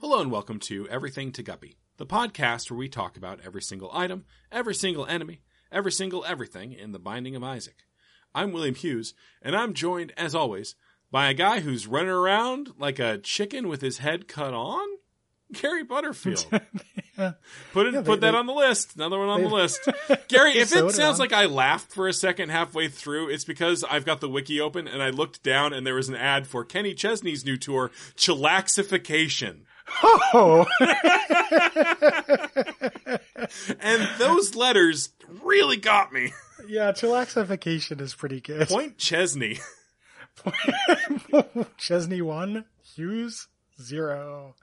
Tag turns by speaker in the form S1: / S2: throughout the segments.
S1: Hello and welcome to Everything to Guppy, the podcast where we talk about every single item, every single enemy, every single everything in the Binding of Isaac. I'm William Hughes, and I'm joined, as always, by a guy who's running around like a chicken with his head cut on? Gary Butterfield.
S2: Yeah.
S1: Put it,
S2: Yeah, they-
S1: put that
S2: they-
S1: on the list. Another one on the
S2: they-
S1: list. Gary,
S2: they
S1: if
S2: sewed
S1: it
S2: it
S1: sounds
S2: on.
S1: like I laughed for a second halfway through, it's because I've got the wiki open and I looked down and there was an ad for Kenny Chesney's new tour, Chillaxification.
S2: Oh,
S1: And those letters really got me.
S2: yeah. Chillaxification is pretty good.
S1: Point Chesney.
S2: Chesney one, Hughes zero.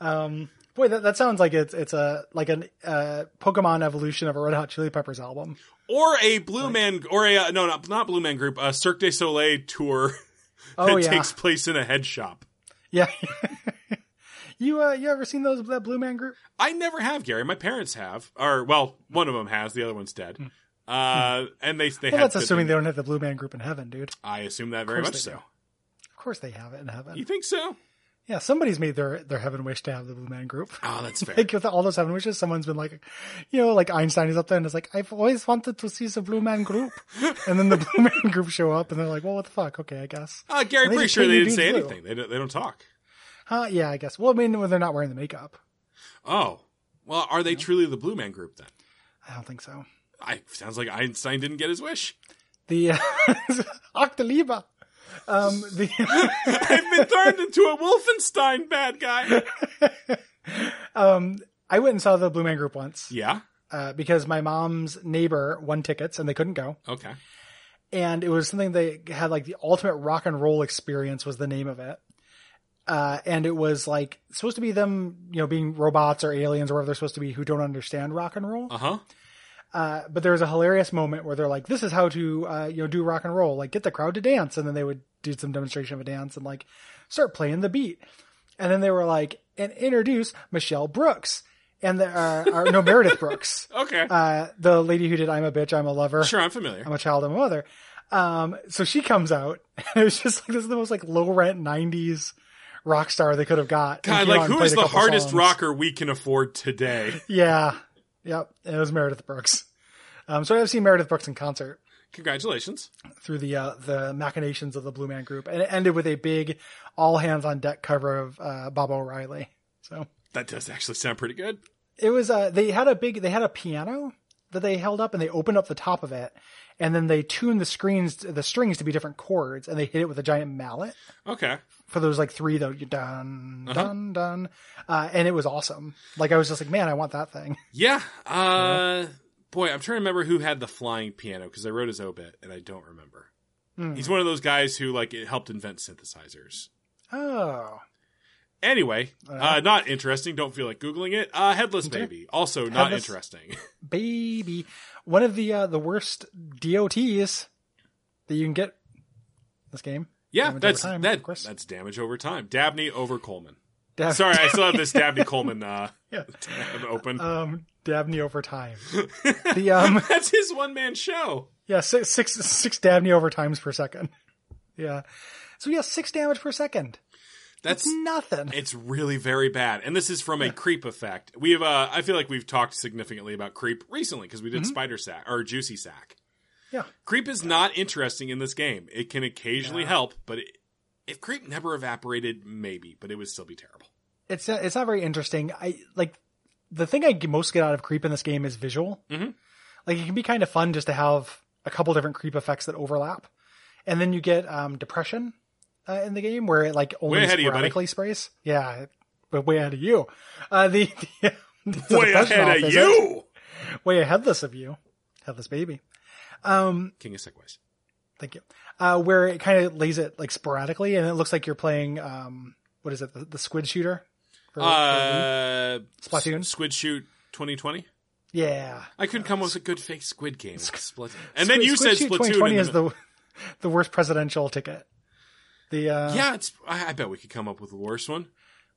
S2: Um, boy, that, that sounds like it's it's a like an uh, Pokemon evolution of a Red Hot Chili Peppers album.
S1: Or a Blue Man, or a, uh, no, not, not Blue Man Group, a Cirque du Soleil tour that
S2: Oh yeah,
S1: takes place in a head shop.
S2: yeah. you uh, you ever seen those that Blue Man group?
S1: I never have, Gary. My parents have, or well, one of them has, the other one's dead. Uh, and they they
S2: Hmm. Well,
S1: had
S2: that's assuming
S1: the-
S2: they don't have the Blue Man group in heaven, dude.
S1: I assume that very
S2: course
S1: much
S2: they
S1: so.
S2: Of course they have it in heaven.
S1: You think so?
S2: Yeah, somebody's made their their heaven wish to have the Blue Man group.
S1: Oh, that's fair.
S2: Like with all those heaven wishes, someone's been like, you know, like Einstein is up there and is like, I've always wanted to see the Blue Man Group, and then the Blue Man Group show up and they're like, well, what the fuck? Okay, I guess.
S1: Uh, Gary,
S2: They
S1: pretty
S2: just
S1: sure
S2: paint
S1: they
S2: the
S1: didn't say
S2: dudes blue.
S1: anything. They don't, they don't talk.
S2: Huh? Yeah, I guess. Well, I mean, when they're not wearing the makeup,
S1: Oh, well, are they truly the Blue Man Group then?
S2: I don't think so.
S1: I sounds like Einstein didn't get his wish.
S2: The uh, Octaliba. Um, the
S1: I've been turned into a Wolfenstein bad guy.
S2: um, I went and saw the Blue Man Group once
S1: Yeah.
S2: uh, because my mom's neighbor won tickets and they couldn't go.
S1: Okay.
S2: and it was something they had like the ultimate rock and roll experience was the name of it. Uh, and it was like supposed to be them, you know, being robots or aliens or whatever they're supposed to be who don't understand rock and roll.
S1: Uh huh.
S2: Uh, but there was a hilarious moment where they're like, this is how to, uh, you know, do rock and roll, like get the crowd to dance. And then they would do some demonstration of a dance and like start playing the beat. And then they were like, and introduce Michelle Brooks and the, uh, or, no, Meredith Brooks,
S1: Okay.
S2: uh, the lady who did I'm a bitch, I'm a lover.
S1: sure, I'm familiar.
S2: I'm a child of a mother. Um, so she comes out, and it was just like this is the most like low rent '90s rock star they could have got. And
S1: God,
S2: came out
S1: like
S2: and
S1: who
S2: played
S1: is
S2: a
S1: the
S2: couple
S1: hardest
S2: songs.
S1: rocker we can afford today?
S2: Yeah, yep. It was Meredith Brooks. Um, so I've seen Meredith Brooks in concert
S1: Congratulations.
S2: through the uh, the machinations of the Blue Man Group, and it ended with a big all hands on deck cover of uh, Bob O'Reilly. So
S1: That does actually sound pretty good.
S2: it was uh they had a big they had a piano that they held up and they opened up the top of it and then they tuned the screens the strings to be different chords and they hit it with a giant mallet
S1: Okay.
S2: for those like three though you dun
S1: Uh-huh.
S2: dun dun uh and it was awesome like i was just like man i want that thing
S1: Yeah. Uh, boy, I'm trying to remember who had the flying piano because I wrote his obit and I don't remember.
S2: Hmm.
S1: He's one of those guys who like it helped invent synthesizers.
S2: oh
S1: Anyway, uh,
S2: Uh-huh.
S1: not interesting. Don't feel like googling it. Uh, headless baby, also not
S2: Headless-
S1: interesting.
S2: baby one of the uh the worst dots that you can get in this game
S1: yeah,
S2: Damage
S1: that's
S2: over time,
S1: that,
S2: of course.
S1: that's damage over time. Dabney over Coleman.
S2: Dab-
S1: Sorry, I still have this Dabney Coleman uh,
S2: Yeah.
S1: tab open.
S2: um dabney over time the um
S1: that's his one man show.
S2: Yeah, six six six damage overtimes per second. Yeah. So yeah, six damage per second.
S1: That's
S2: Nothing.
S1: It's really very bad, and this is from a creep effect. We've, uh, I feel like we've talked significantly about creep recently because we did spider sack or juicy sack.
S2: Mm-hmm. Yeah.
S1: Creep is not interesting in this game. It can occasionally
S2: Yeah.
S1: help, but it, if creep never evaporated, maybe, but it would still be terrible.
S2: It's not, it's not very interesting. I like the thing I get- most get out of creep in this game is visual.
S1: Mhm.
S2: Like it can be kind of fun just to have a couple different creep effects that overlap, and then you get um, depression uh, in the game where it like only
S1: Way ahead of you, buddy.
S2: sporadically sprays. Yeah, it- but way ahead of you. Uh, the, the, the
S1: Way
S2: depression
S1: ahead
S2: off
S1: of
S2: is
S1: you,
S2: it. way aheadless of you, headless baby. Um,
S1: King of Segways.
S2: thank you. Uh, where it kind of lays it like sporadically, and it looks like you're playing um, what is it, the, the squid shooter? For, for Wii?
S1: Uh,
S2: Splatoon?
S1: S- Squid Shoot 2020.
S2: yeah.
S1: I couldn't come up with a good fake Squid game. It's Splatoon. And then
S2: Squid-
S1: you
S2: Squid
S1: said
S2: Shoot
S1: Splatoon.
S2: 2020
S1: and
S2: is the the worst presidential ticket. The uh,
S1: yeah, it's. I, I bet we could come up with a worse one.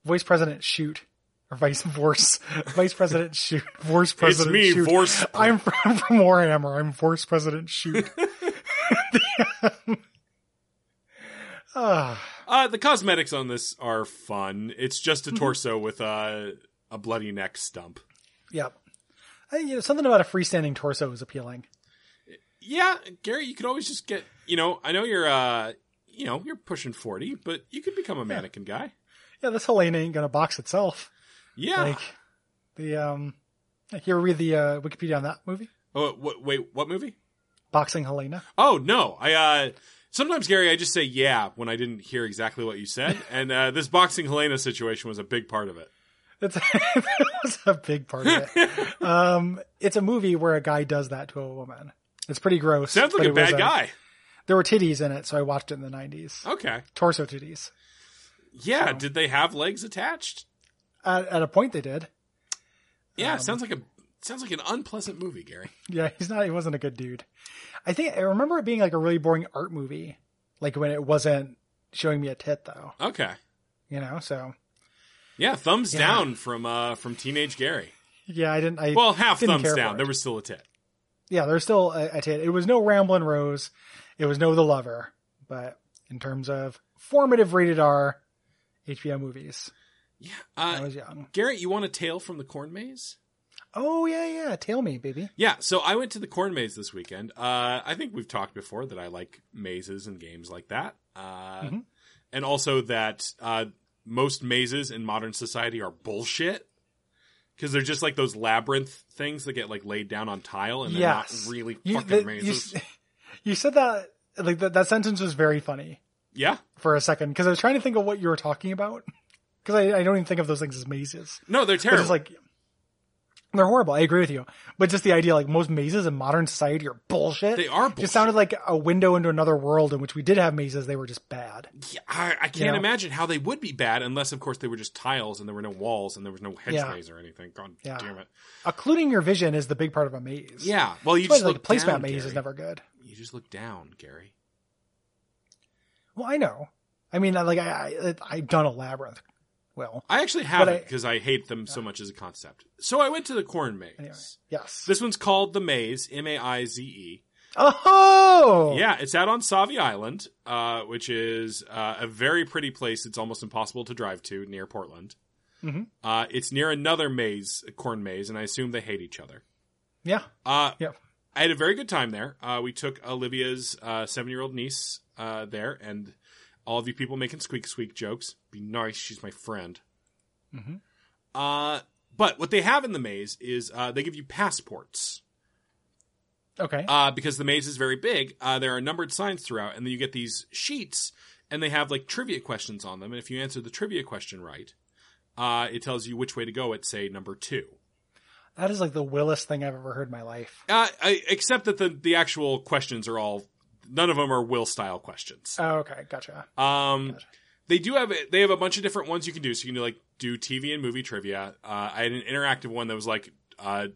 S2: vice president shoot or vice force vice president shoot force president
S1: it's me,
S2: shoot.
S1: Force.
S2: I'm from, I'm from Warhammer. I'm force president shoot. Ah,
S1: Uh, the cosmetics on this are fun. It's just
S2: Mm-hmm.
S1: a torso with a a bloody neck stump.
S2: Yep. I, you know, something about a freestanding torso is appealing.
S1: Yeah, Gary, you could always just get. You know, I know you're. Uh, you know, you're pushing forty, but you could become a mannequin guy.
S2: Yeah, this Helene ain't gonna box itself.
S1: Yeah.
S2: Like the um, here read the uh, Wikipedia on that movie,
S1: oh, wh- wait, what movie?
S2: Boxing Helena.
S1: Oh no, I. uh Sometimes Gary, I just say yeah when I didn't hear exactly what you said, and uh, this boxing Helena situation was a big part of it.
S2: That's that was a big part of it. um, it's a movie where a guy does that to a woman. It's pretty gross.
S1: Sounds
S2: but
S1: like a
S2: it was
S1: bad guy.
S2: There were titties in it, so I watched it in the nineties.
S1: Okay.
S2: Torso titties.
S1: Yeah. Did they have legs attached?
S2: At, at a point, they did.
S1: Yeah.
S2: Um,
S1: sounds like a sounds like an unpleasant movie, Gary.
S2: Yeah, he's not. He wasn't a good dude. I think I remember it being like a really boring art movie, like when it wasn't showing me a tit though.
S1: Okay.
S2: You know, so
S1: Yeah. Thumbs
S2: Yeah.
S1: down from uh from teenage Gary.
S2: yeah, I didn't. I
S1: Well, half
S2: didn't
S1: thumbs
S2: care
S1: down.
S2: for it.
S1: There was still a tit.
S2: yeah, there's still a, a tit. It was no Ramblin' Rose, it was no The Lover, but in terms of formative rated R HBO movies,
S1: Yeah.
S2: I
S1: Uh,
S2: was young.
S1: Garrett, you want a tale from the corn maze?
S2: Oh yeah, yeah, tail me, baby.
S1: Yeah, so I went to the corn maze this weekend. Uh, I think we've talked before that I like mazes and games like that, uh,
S2: Mhm.
S1: and also that uh, most mazes in modern society are bullshit because they're just like those labyrinth things that get like laid down on tile and they're
S2: Yes.
S1: not really
S2: You,
S1: fucking
S2: the- you,
S1: mazes.
S2: s- you said that like that, that sentence was very funny
S1: yeah,
S2: for a second because I was trying to think of what you were talking about because I, I don't even think of those things as mazes.
S1: no, they're
S2: It's
S1: terrible.
S2: just like they're horrible. I agree with you, but just the idea like most mazes in modern society are bullshit.
S1: they are bullshit.
S2: Just sounded like a window into another world in which we did have mazes. They were just bad.
S1: Yeah, I, I can't
S2: Yeah.
S1: imagine how they would be bad unless, of course, they were just tiles and there were no walls and there was no hedgeways or anything. God
S2: Yeah.
S1: damn it!
S2: Occluding your vision is the big part of a maze.
S1: Yeah, well, you
S2: That's why,
S1: just
S2: like
S1: look
S2: placemat
S1: down,
S2: maze
S1: Gary.
S2: is never good.
S1: You just look down, Gary.
S2: Well, I know. I mean, I- like I, I I've done a labyrinth. Well,
S1: I actually haven't
S2: I-
S1: because I, hate them so much as a concept. So I went to the corn maze.
S2: Anyway. yes.
S1: This one's called the Maze, M A I Z E.
S2: oh,
S1: Yeah, it's out on Savi Island, uh, which is uh, a very pretty place. It's almost impossible to drive to near Portland.
S2: Mhm.
S1: Uh, it's near another maze, a corn maze, and I assume they hate each other.
S2: yeah.
S1: Uh,
S2: Yep.
S1: I had a very good time there. Uh, we took Olivia's uh, seven-year-old niece uh, there, and all of you people making squeak squeak jokes. Be nice. She's my friend.
S2: Mhm.
S1: Uh, but what they have in the maze is uh, they give you passports
S2: Okay.
S1: uh, because the maze is very big. Uh, there are numbered signs throughout, and then you get these sheets, and they have like trivia questions on them. And if you answer the trivia question right, uh, it tells you which way to go at say number two.
S2: that is like the willest thing I've ever heard in my life.
S1: Uh, I, except that the the actual questions are all none of them are will style questions.
S2: Oh, okay, gotcha.
S1: Um,
S2: Gotcha.
S1: they do have they have a bunch of different ones you can do. So you can do like do TV and movie trivia. Uh, I had an interactive one that was like uh,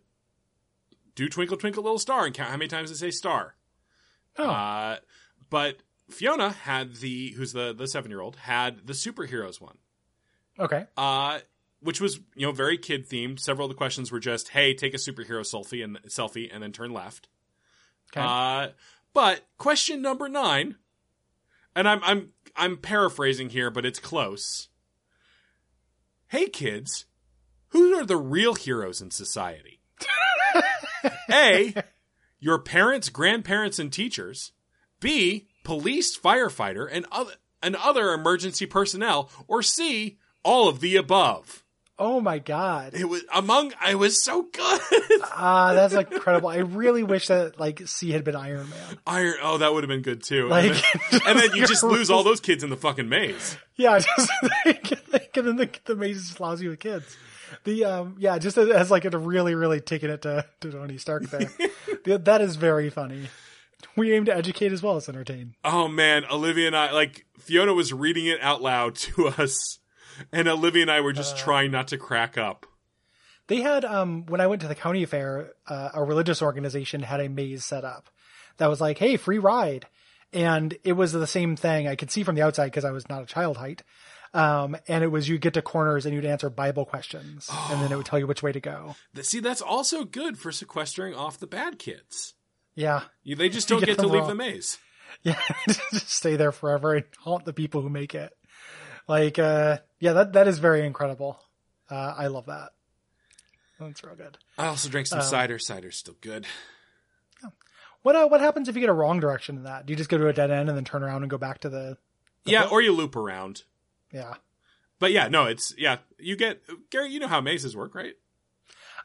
S1: do Twinkle Twinkle Little Star and count how many times they say star.
S2: Oh,
S1: Uh, but Fiona had the who's the the seven year old had the superheroes one.
S2: okay.
S1: Uh, which was you know very kid themed. Several of the questions were just, "Hey, take a superhero selfie and selfie, and then turn left."
S2: Okay.
S1: Uh, but question number nine, and I'm I'm I'm paraphrasing here, but it's close. Hey kids, who are the real heroes in society? A, your parents, grandparents, and teachers. B, police, firefighter, and other and other emergency personnel. Or C, all of the above.
S2: oh my god.
S1: It was among. I was so good.
S2: Ah, that's incredible. I really wish that like C had been Iron Man.
S1: Iron. Oh, that would have been good too.
S2: Like,
S1: and, then, and then you just lose all those kids in the fucking maze.
S2: Yeah, just like, and then the, the maze is just lousy with kids. The um, yeah, just as, as like it really, really taken it to to Tony Stark there. The- that is very funny. We aim to educate as well as entertain.
S1: Oh man, Olivia and I like Fiona was reading it out loud to us, and Olivia and I were just
S2: Uh.
S1: trying not to crack up.
S2: They had um when I went to the county fair, uh, a religious organization had a maze set up that was like, "Hey, free ride," and it was the same thing. I could see from the outside because I was not a child height. Um, and it was you get to corners and you'd answer Bible questions, and then it would tell you which way to go.
S1: Th- See, that's also good for sequestering off the bad kids.
S2: Yeah,
S1: You- They just
S2: You
S1: don't get
S2: get
S1: to
S2: them
S1: leave
S2: wrong.
S1: the maze.
S2: Yeah, just stay there forever and haunt the people who make it. Like, uh, yeah, that that is very incredible. Uh, I love that. That's real good.
S1: I also drank some
S2: Um,
S1: cider. Cider's still good.
S2: What uh, what happens if you get a wrong direction in that? Do you just go to a dead end and then turn around and go back to the? the
S1: Yeah,
S2: book?
S1: or you loop around.
S2: yeah,
S1: But yeah, no, it's yeah. You get Gary. You know how mazes work, right?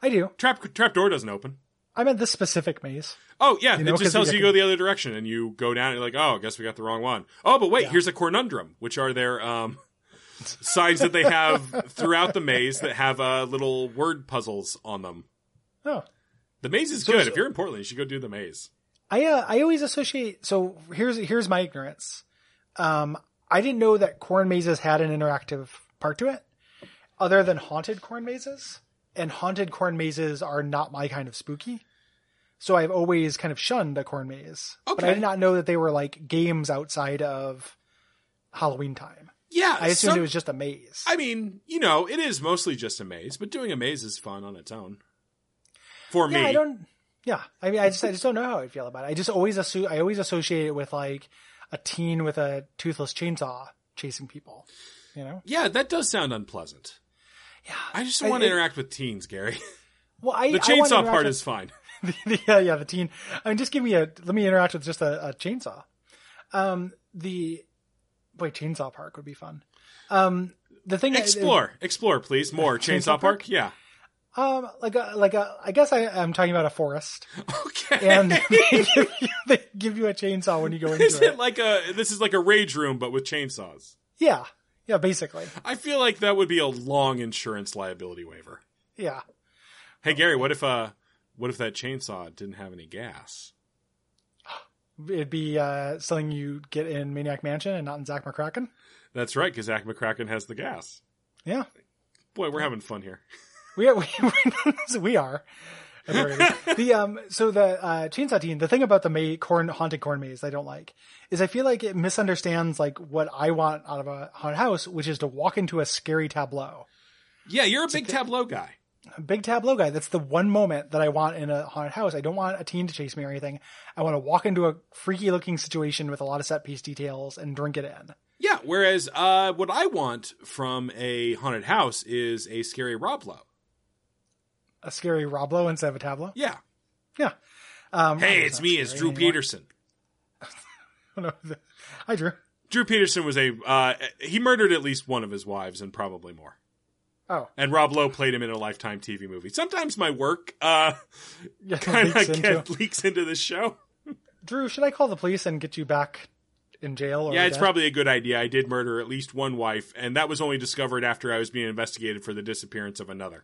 S2: I do.
S1: Trap trap door doesn't open.
S2: I meant this specific maze.
S1: Oh yeah,
S2: You know,
S1: it
S2: 'cause
S1: just tells
S2: you
S1: you
S2: can-
S1: go the other direction, and you go down, and you're like, oh, I guess we got the wrong one. Oh, but wait,
S2: Yeah.
S1: here's a cornundrum, which are their um, signs that they have throughout the maze that have uh, little word puzzles on them.
S2: Oh,
S1: The maze is
S2: So-
S1: good.
S2: so-
S1: if you're in Portland, you should go do the maze.
S2: I uh, I always associate. So here's here's my ignorance. Um, I didn't know that corn mazes had an interactive part to it, other than haunted corn mazes. And haunted corn mazes are not my kind of spooky. So I've always kind of shunned a corn maze, but I
S1: Okay.
S2: did not know that they were like games outside of Halloween time.
S1: Yeah,
S2: I assumed
S1: some-
S2: it was just a maze.
S1: I mean, you know, it is mostly just a maze, but doing a maze is fun on its own. For
S2: yeah,
S1: me,
S2: I don't. Yeah, I mean, I just I just don't know how I feel about it. I just always assume I always associate it with like a teen with a toothless chainsaw chasing people. You know?
S1: yeah, that does sound unpleasant.
S2: Yeah.
S1: I just
S2: I-
S1: want to
S2: it-
S1: interact with teens, Gary.
S2: Well, I
S1: The
S2: I wanna
S1: chainsaw
S2: interact
S1: part
S2: with-
S1: is fine.
S2: the, the, yeah, yeah, the teen. I mean, just give me a let me interact with just a, a chainsaw. Um, the boy chainsaw park would be fun. Um, the thing that-
S1: Explore, explore, please. More
S2: Chainsaw
S1: Chainsaw,
S2: Park?
S1: Park? Yeah.
S2: um, like a like a I guess I I'm talking about a forest,
S1: Okay.
S2: and they, give you, they give you a chainsaw when you go into
S1: is it like a this is like a rage room but with chainsaws?
S2: Yeah, yeah, basically,
S1: I feel like that would be a long insurance liability waiver.
S2: yeah.
S1: Hey Gary, what if uh what if that chainsaw didn't have any gas?
S2: It'd be uh, something you get in Maniac Mansion and not in Zack McCracken.
S1: That's right, because Zach McCracken has the gas.
S2: Yeah,
S1: Boy, we're having fun here.
S2: we are, we, we are. at the very least. the um, so the uh, chainsaw team. The thing about the May corn haunted corn maze I don't like is I feel like it misunderstands like what I want out of a haunted house, which is to walk into a scary tableau.
S1: Yeah, you're a big tableau guy.
S2: A big tableau guy. That's the one moment that I want in a haunted house. I don't want a teen to chase me or anything. I want to walk into a freaky looking situation with a lot of set piece details and drink it in.
S1: Yeah, whereas uh what I want from a haunted house is a scary Roblo.
S2: A scary Roblo instead of a tableau.
S1: Yeah.
S2: Um,
S1: Hey,
S2: Roblo's
S1: it's
S2: not
S1: me, it's
S2: scary
S1: Drew
S2: anymore.
S1: Peterson.
S2: Oh, no. Hi, Drew.
S1: Drew Peterson was a uh he murdered at least one of his wives and probably more.
S2: Oh,
S1: and Rob Lowe played him in a Lifetime TV movie. Sometimes my work uh,
S2: yeah.
S1: kind
S2: leaks
S1: of
S2: into-
S1: leaks into this show.
S2: Drew, should I call the police and get you back in jail? Or
S1: yeah, it's
S2: dead?
S1: probably a good idea. I did murder at least one wife, and that was only discovered after I was being investigated for the disappearance of another.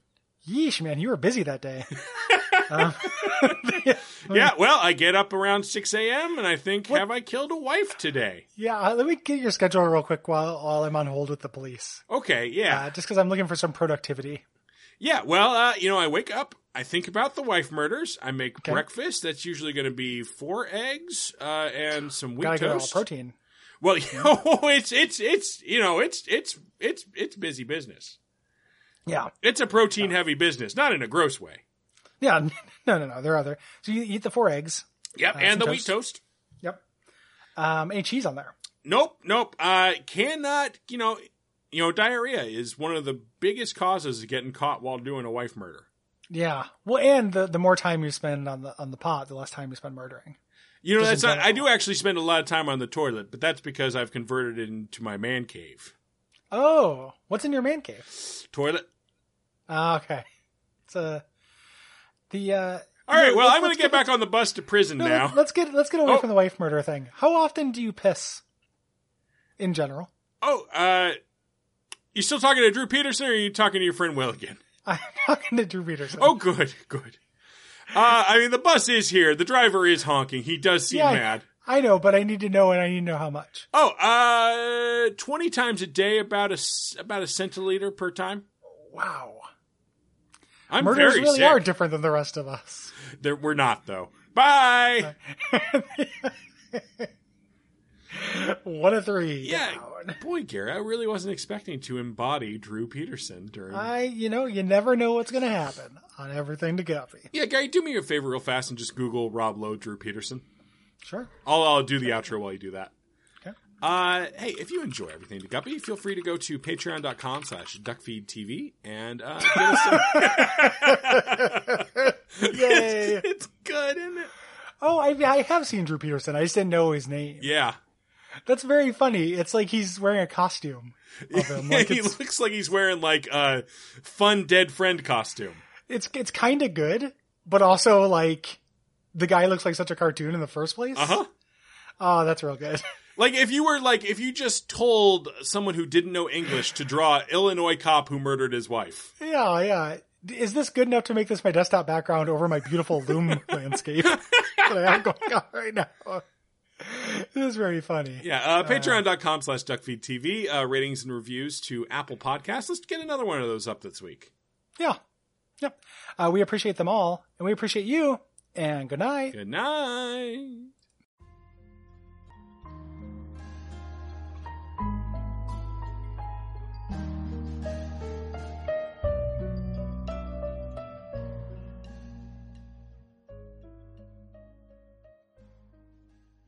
S2: Yeesh, man, you were busy that day. um, Oh,
S1: Yeah, well, I get up around 6 a.m., and I think, have I killed a wife today?
S2: yeah, uh, let me get your schedule real quick while, while I'm on hold with the police.
S1: Okay, yeah.
S2: Uh, just because I'm looking for some productivity.
S1: Yeah, well, uh, you know, I wake up, I think about the wife murders, I make
S2: Okay.
S1: breakfast. That's usually going to be four eggs uh, and some wheat
S2: Gotta get all
S1: toast.
S2: protein.
S1: Well, you know, it's it's it's you know, it's it's it's it's busy business.
S2: Yeah,
S1: It's a protein heavy business, not in a gross way.
S2: yeah. No, no, no. There are other. So you eat the four eggs.
S1: Yep,
S2: Uh, some
S1: and the
S2: toast.
S1: wheat toast.
S2: Yep. Um, any cheese on there?
S1: Nope, nope. I cannot. You know, you know, diarrhea is one of the biggest causes of getting caught while doing a wife murder.
S2: Yeah. Well, and the the more time you spend on the on the pot, the less time you spend murdering.
S1: You know, that's
S2: Just in
S1: not. I
S2: general.
S1: do actually spend a lot of time on the toilet, but that's because I've converted it into my man cave
S2: Oh, what's in your man cave?
S1: toilet.
S2: Ah, okay. It's a the uh
S1: All right,
S2: no,
S1: well,
S2: let's-
S1: I'm going
S2: let's
S1: to get back on the bus to prison
S2: no,
S1: now.
S2: Let's, let's get let's get away
S1: Oh.
S2: from the wife murder thing. How often do you piss in general?
S1: Oh, uh, you still talking to Drew Peterson, or are you talking to your friend Will again?
S2: I'm talking to Drew Peterson.
S1: Oh, good, good. Uh, I mean, the bus is here. The driver is honking. He does seem
S2: Yeah.
S1: mad.
S2: I know, but I need to know and I need to know how much.
S1: Oh, uh, twenty times a day, about a s- about a centiliter per time.
S2: Wow.
S1: I'm
S2: Murders
S1: very
S2: really
S1: sick.
S2: are different than the rest of us.
S1: There, we're not though. Bye.
S2: One of three.
S1: yeah,
S2: down.
S1: boy, Gary, I really wasn't expecting to embody Drew Peterson during.
S2: I you know, you never know what's gonna happen on everything to Guppy.
S1: yeah, Gary, do me a favor real fast and just Google Rob Lowe, Drew Peterson.
S2: Sure.
S1: I'll, I'll do the outro while you do that.
S2: Okay.
S1: Uh, hey, if you enjoy everything to Guppy, feel free to go to patreon.com slash duckfeedtv and uh, give us some...
S2: Yay.
S1: it's good, isn't it?
S2: Oh, I, I have seen Drew Peterson. I just didn't know his name.
S1: Yeah.
S2: That's very funny. It's like he's wearing a costume of him. Like
S1: he
S2: it's,
S1: looks like he's wearing like a fun dead friend costume.
S2: it's it's kind of good, but also like the guy looks like such a cartoon in the first place.
S1: Uh huh.
S2: Oh, that's real good.
S1: Like if you were like if you just told someone who didn't know English to draw Illinois cop who murdered his wife.
S2: yeah, yeah. Is this good enough to make this my desktop background over my beautiful loom landscape that I have going on right now? This is very funny.
S1: Yeah, uh, patreon.com slash duckfeedtv, uh, ratings and reviews to Apple Podcasts. Let's get another one of those up this week.
S2: Yeah. Yep. Uh, we appreciate them all, and we appreciate you, and good night.
S1: Good night.